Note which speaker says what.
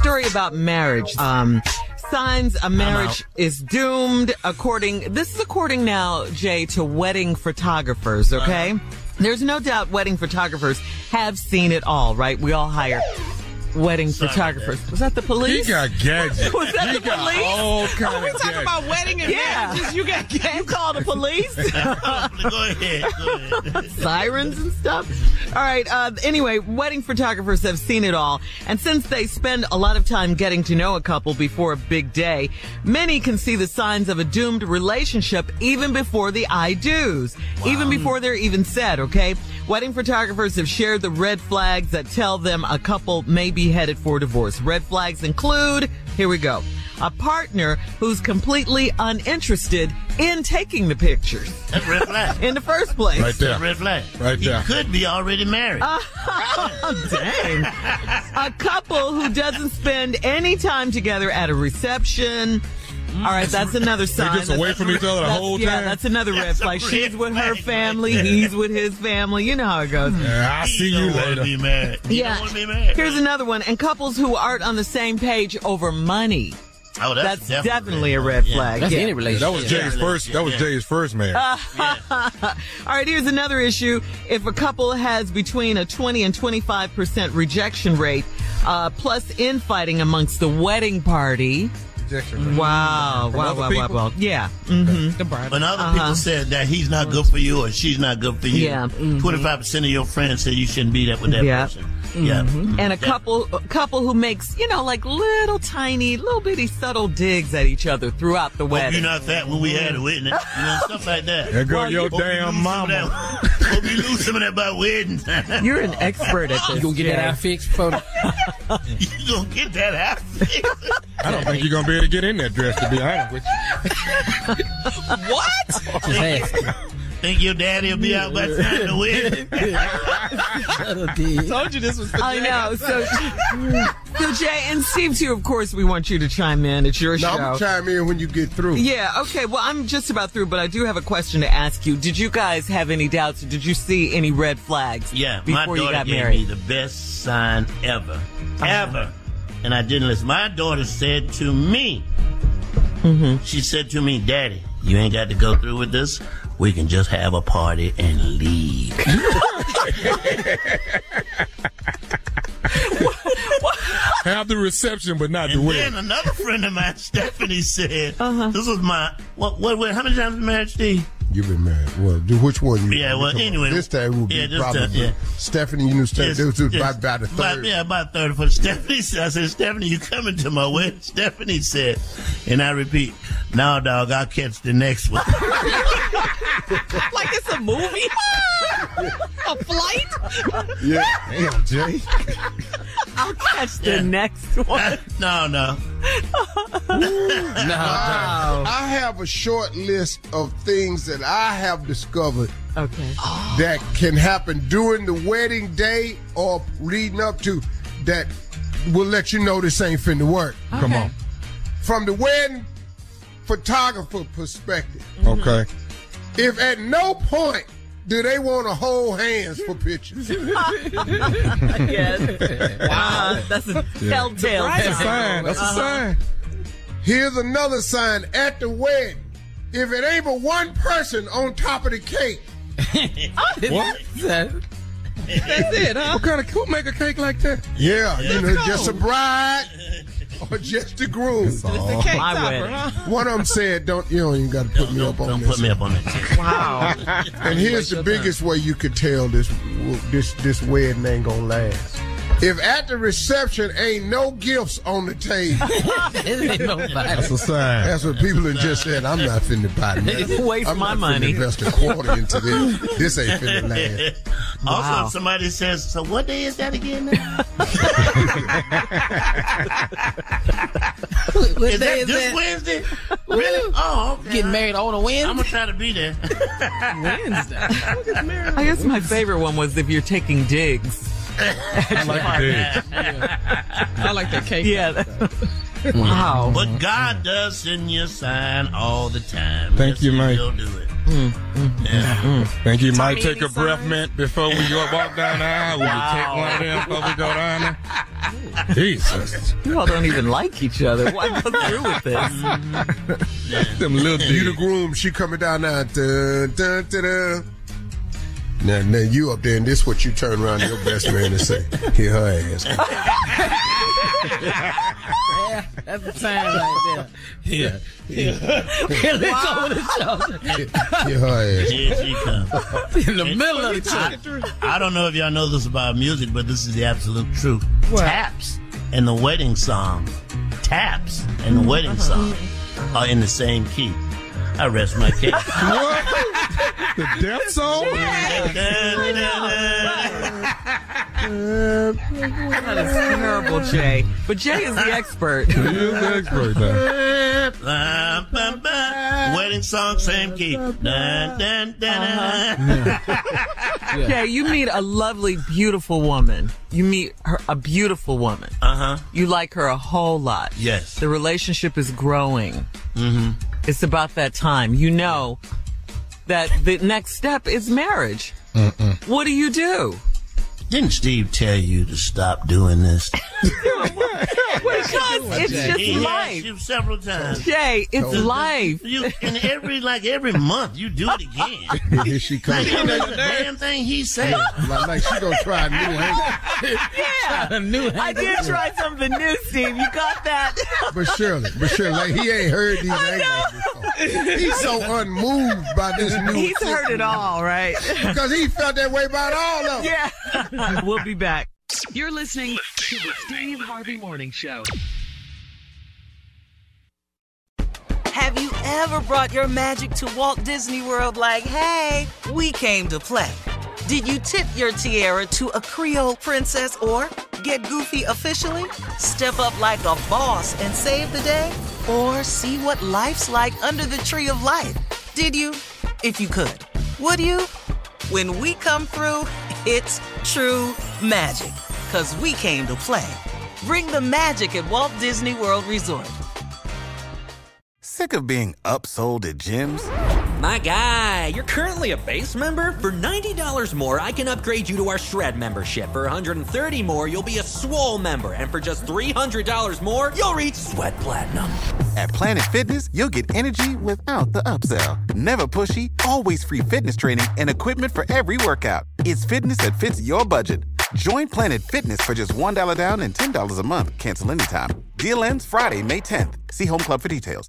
Speaker 1: story about marriage. Um, signs a marriage is doomed. According, this is according now, Jay, to wedding photographers.
Speaker 2: Uh-huh.
Speaker 1: Okay, there's no doubt wedding photographers have seen it all. Right, we all hire wedding photographers. Was that the
Speaker 2: You
Speaker 1: police?
Speaker 2: got gadgets.
Speaker 1: Was that
Speaker 2: you
Speaker 1: the
Speaker 2: got
Speaker 1: police?
Speaker 2: all kinds
Speaker 3: Are we
Speaker 2: of
Speaker 3: talking
Speaker 2: gadgets.
Speaker 3: about wedding and
Speaker 1: Yeah.
Speaker 3: marriages? You got
Speaker 1: you call the police.
Speaker 3: go ahead. Go ahead.
Speaker 1: sirens and stuff. All right. Uh, anyway, wedding photographers have seen it all. And since they spend a lot of time getting to know a couple before a big day, many can see the signs of a doomed relationship even before the I do's, even before they're even said, okay? Wedding photographers have shared the red flags that tell them a couple may be headed for divorce. Red flags include, here we go, a partner who's completely uninterested in taking the pictures
Speaker 3: That's red flag.
Speaker 1: in the first place.
Speaker 2: Right there.
Speaker 3: Red flag.
Speaker 2: Right there.
Speaker 3: He could be already married.
Speaker 1: Ah. Dang. a couple who doesn't spend any time together at a reception. All right, that's another sign.
Speaker 2: just away from each other the
Speaker 1: That's-
Speaker 2: whole
Speaker 1: Yeah,
Speaker 2: time?
Speaker 1: that's another red
Speaker 3: That's a
Speaker 1: flag.
Speaker 3: red
Speaker 1: She's with her
Speaker 3: flag
Speaker 1: family,
Speaker 3: right there.
Speaker 1: he's with his family. You know how it goes.
Speaker 2: Yeah, I
Speaker 3: He
Speaker 2: see you
Speaker 3: don't wanna
Speaker 2: later.
Speaker 3: Be married. He
Speaker 1: Yeah.
Speaker 3: don't want to be married.
Speaker 1: Here's another one. And couples who aren't on the same page over money.
Speaker 3: oh,
Speaker 1: That's, definitely, a red flag.
Speaker 4: That's
Speaker 1: Yeah.
Speaker 4: any relationship.
Speaker 2: That was Jay's first. That was
Speaker 3: Yeah.
Speaker 2: Jay's first marriage.
Speaker 1: Ah. All right, here's another issue. If a couple has between a 20 and 25% rejection rate, uh, plus infighting amongst the wedding party.
Speaker 2: Rejection rate.
Speaker 1: Wow, wow,
Speaker 2: other
Speaker 1: wow, wow,
Speaker 2: people?
Speaker 1: wow. Yeah. Mm-hmm.
Speaker 3: When other people said that he's not good for you or she's not good for you,
Speaker 1: Yeah. Mhm.
Speaker 3: 25% of your friends say you shouldn't be that with that
Speaker 1: Yeah. Mm-hmm.
Speaker 3: person. Mm-hmm. Yeah.
Speaker 1: And a couple a couple who makes, you know, like little tiny, little bitty subtle digs at each other throughout the
Speaker 3: Hope you
Speaker 1: wedding.
Speaker 3: not that when we had a witness. You know, stuff like that.
Speaker 2: There go
Speaker 1: Well,
Speaker 2: your
Speaker 1: you-
Speaker 3: Hope you lose
Speaker 2: damn
Speaker 3: some of that-
Speaker 2: mama.
Speaker 3: Hope you lose some of that by wedding time.
Speaker 1: You're an expert at
Speaker 4: You
Speaker 1: this.
Speaker 4: gonna get that
Speaker 1: Jay.
Speaker 4: eye fixed for
Speaker 3: you gonna get that out.
Speaker 2: I don't think you're gonna be able to get in that dress. To be honest with you,
Speaker 1: What?
Speaker 4: his ass?
Speaker 3: Think your daddy'll be out by the time the wedding?
Speaker 4: That'll
Speaker 1: told you this was. I know. So, so Jay and Steve too. Of course, we want you to chime in. It's your
Speaker 5: No, I'm
Speaker 1: show.
Speaker 5: gonna chime in when you get through.
Speaker 1: yeah. Okay. Well, I'm just about through, but I do have a question to ask you. Did you guys have any doubts? Or did you see any red flags?
Speaker 3: Yeah, my
Speaker 1: Before
Speaker 3: daughter
Speaker 1: you got
Speaker 3: gave
Speaker 1: married.
Speaker 3: me the best sign ever, ever, and I didn't listen. My daughter said to me,
Speaker 1: Mm-hmm.
Speaker 3: she said to me, "Daddy, you ain't got to go through with this. We can just have a party and leave."
Speaker 2: have the reception, but not the
Speaker 3: And then uh,
Speaker 2: wedding.
Speaker 1: Uh-huh.
Speaker 3: another friend of mine, Stephanie, said, "This was my what? What? what how many times did marriage Steve?
Speaker 2: You've been married. Well, do which one? You,
Speaker 3: Yeah, well,
Speaker 2: come on.
Speaker 3: anyway.
Speaker 2: This time would be
Speaker 3: Yeah, this
Speaker 2: probably
Speaker 3: time, yeah.
Speaker 2: Stephanie. You knew Stephanie.
Speaker 3: Yes,
Speaker 2: it was just
Speaker 3: yes.
Speaker 2: about, about a
Speaker 3: About-
Speaker 2: third.
Speaker 3: yeah, about third for Stephanie. said- I said, Stephanie, you coming to my wedding? Stephanie said, and I repeat, no, dog, I'll catch the next one.
Speaker 1: Like it's a movie. a flight?
Speaker 2: Yeah. Damn, Jay.
Speaker 1: I'll catch the
Speaker 3: Yeah.
Speaker 1: next one.
Speaker 3: no, no.
Speaker 2: I have a short list of things that I have discovered
Speaker 1: Okay.
Speaker 2: that can happen during the wedding day or leading up to that will let you know this ain't finna work.
Speaker 6: Come on.
Speaker 2: From the wedding photographer perspective,
Speaker 4: Okay.
Speaker 2: if at no point do they want to hold hands for pictures?
Speaker 1: Yes. wow. That's a telltale.
Speaker 4: That's a sign. That's
Speaker 1: Uh-huh.
Speaker 4: a sign.
Speaker 2: Here's another sign at the wedding. If it ain't but one person on top of the cake,
Speaker 4: What?
Speaker 1: That's it, huh?
Speaker 4: What kind of cook make a cake like that?
Speaker 2: yeah, you know, just a bride or just the groom.
Speaker 4: Oh,
Speaker 1: Cake topper, huh?
Speaker 2: One of them said, "Don't you don't even got to put me
Speaker 3: Don't,
Speaker 2: up on
Speaker 3: don't
Speaker 2: this."
Speaker 3: put me up on that.
Speaker 2: And here's the biggest way you could tell this this this wedding ain't gonna last. If at the reception ain't no gifts on the table,
Speaker 4: that's a sign.
Speaker 2: that's what people have just said. I'm not finna buy nothing.
Speaker 1: Waste
Speaker 2: I'm
Speaker 1: my
Speaker 2: not
Speaker 1: money.
Speaker 2: finna invest a quarter into this. This ain't finna last.
Speaker 3: also, if somebody says, so what day is that again? now?" is that this Wednesday? Really? Oh, okay.
Speaker 5: Getting married on a
Speaker 3: I'm
Speaker 5: Wednesday.
Speaker 3: gonna try to be there.
Speaker 1: I guess my favorite one was if you're taking digs.
Speaker 4: I like it.
Speaker 5: I like that cake.
Speaker 1: Yeah. that- wow.
Speaker 4: Mm-hmm.
Speaker 3: But God does send you a sign all the time.
Speaker 4: Thank
Speaker 3: Yes,
Speaker 4: you, Mike.
Speaker 3: He'll do it. Yeah.
Speaker 4: Thank you. Might take a breath, man, before we go walk down the aisle. We take one of them before we go down there. Jesus.
Speaker 1: You all don't even like each other. Why go through with this?
Speaker 4: Them little
Speaker 2: You the
Speaker 4: dudes.
Speaker 2: groom, she coming down now. Dun, dun, dun, dun. Now, now you up there, and this what you turn around to your best man and say, "Here her ass."
Speaker 5: That's a sign right
Speaker 4: Yeah.
Speaker 5: there. And it's over the
Speaker 2: Here her ass.
Speaker 3: Here she comes.
Speaker 5: shoulder. In the middle of the church.
Speaker 3: I don't know if y'all know this about music, but this is the absolute truth. Taps and the wedding song, taps and the wedding song are in the same key. I rest my case.
Speaker 4: What? The death song?
Speaker 1: That is terrible, Jay. But Jay is the expert.
Speaker 4: He is the expert now.
Speaker 3: wedding song, same key. Dun, dun, dun, dun.
Speaker 1: Jay, you meet a lovely, beautiful woman. You meet her, a beautiful woman.
Speaker 3: Uh-huh.
Speaker 1: You like her a whole lot.
Speaker 3: Yes.
Speaker 1: The relationship is growing. Mm-hmm. It's about that time. You know that the next step is marriage. What do you do?
Speaker 3: Didn't Steve tell you to stop doing this?
Speaker 1: Because it's
Speaker 3: he
Speaker 1: just
Speaker 3: has
Speaker 1: life.
Speaker 3: you several times.
Speaker 1: Jay, it's life.
Speaker 3: You and every like every month you do it again.
Speaker 2: Here she
Speaker 3: Like
Speaker 2: comes.
Speaker 3: you know the damn thing he said.
Speaker 2: Like, like she gonna try a new angle.
Speaker 1: Yeah.
Speaker 5: New
Speaker 1: I did try something new, Steve. You got that?
Speaker 2: But surely, but surely, like he ain't heard these angles before. He's so unmoved by this new.
Speaker 1: He's heard it all, right?
Speaker 2: because he felt that way about all of them.
Speaker 1: Yeah. we'll be back.
Speaker 7: You're listening to the Steve Harvey Morning Show.
Speaker 8: Have you ever brought your magic to Walt Disney World like, hey, we came to play? Did you tip your tiara to a Creole princess or get goofy officially? Step up like a boss and save the day? Or see what life's like under the tree of life? Did you? If you could. Would you? When we come through, it's true magic. Cause we came to play. Bring the magic at Walt Disney World Resort.
Speaker 9: Sick of being upsold at gyms?
Speaker 10: My guy, you're currently a base member. For $90 more, I can upgrade you to our Shred membership. For $130 more, you'll be a Swole member. And for just $300 more, you'll reach Sweat Platinum.
Speaker 9: At Planet Fitness, you'll get energy without the upsell. Never pushy, always free fitness training and equipment for every workout. It's fitness that fits your budget. Join Planet Fitness for just $1 down and $10 a month. Cancel anytime. Deal ends Friday, May 10th. See Home Club for details.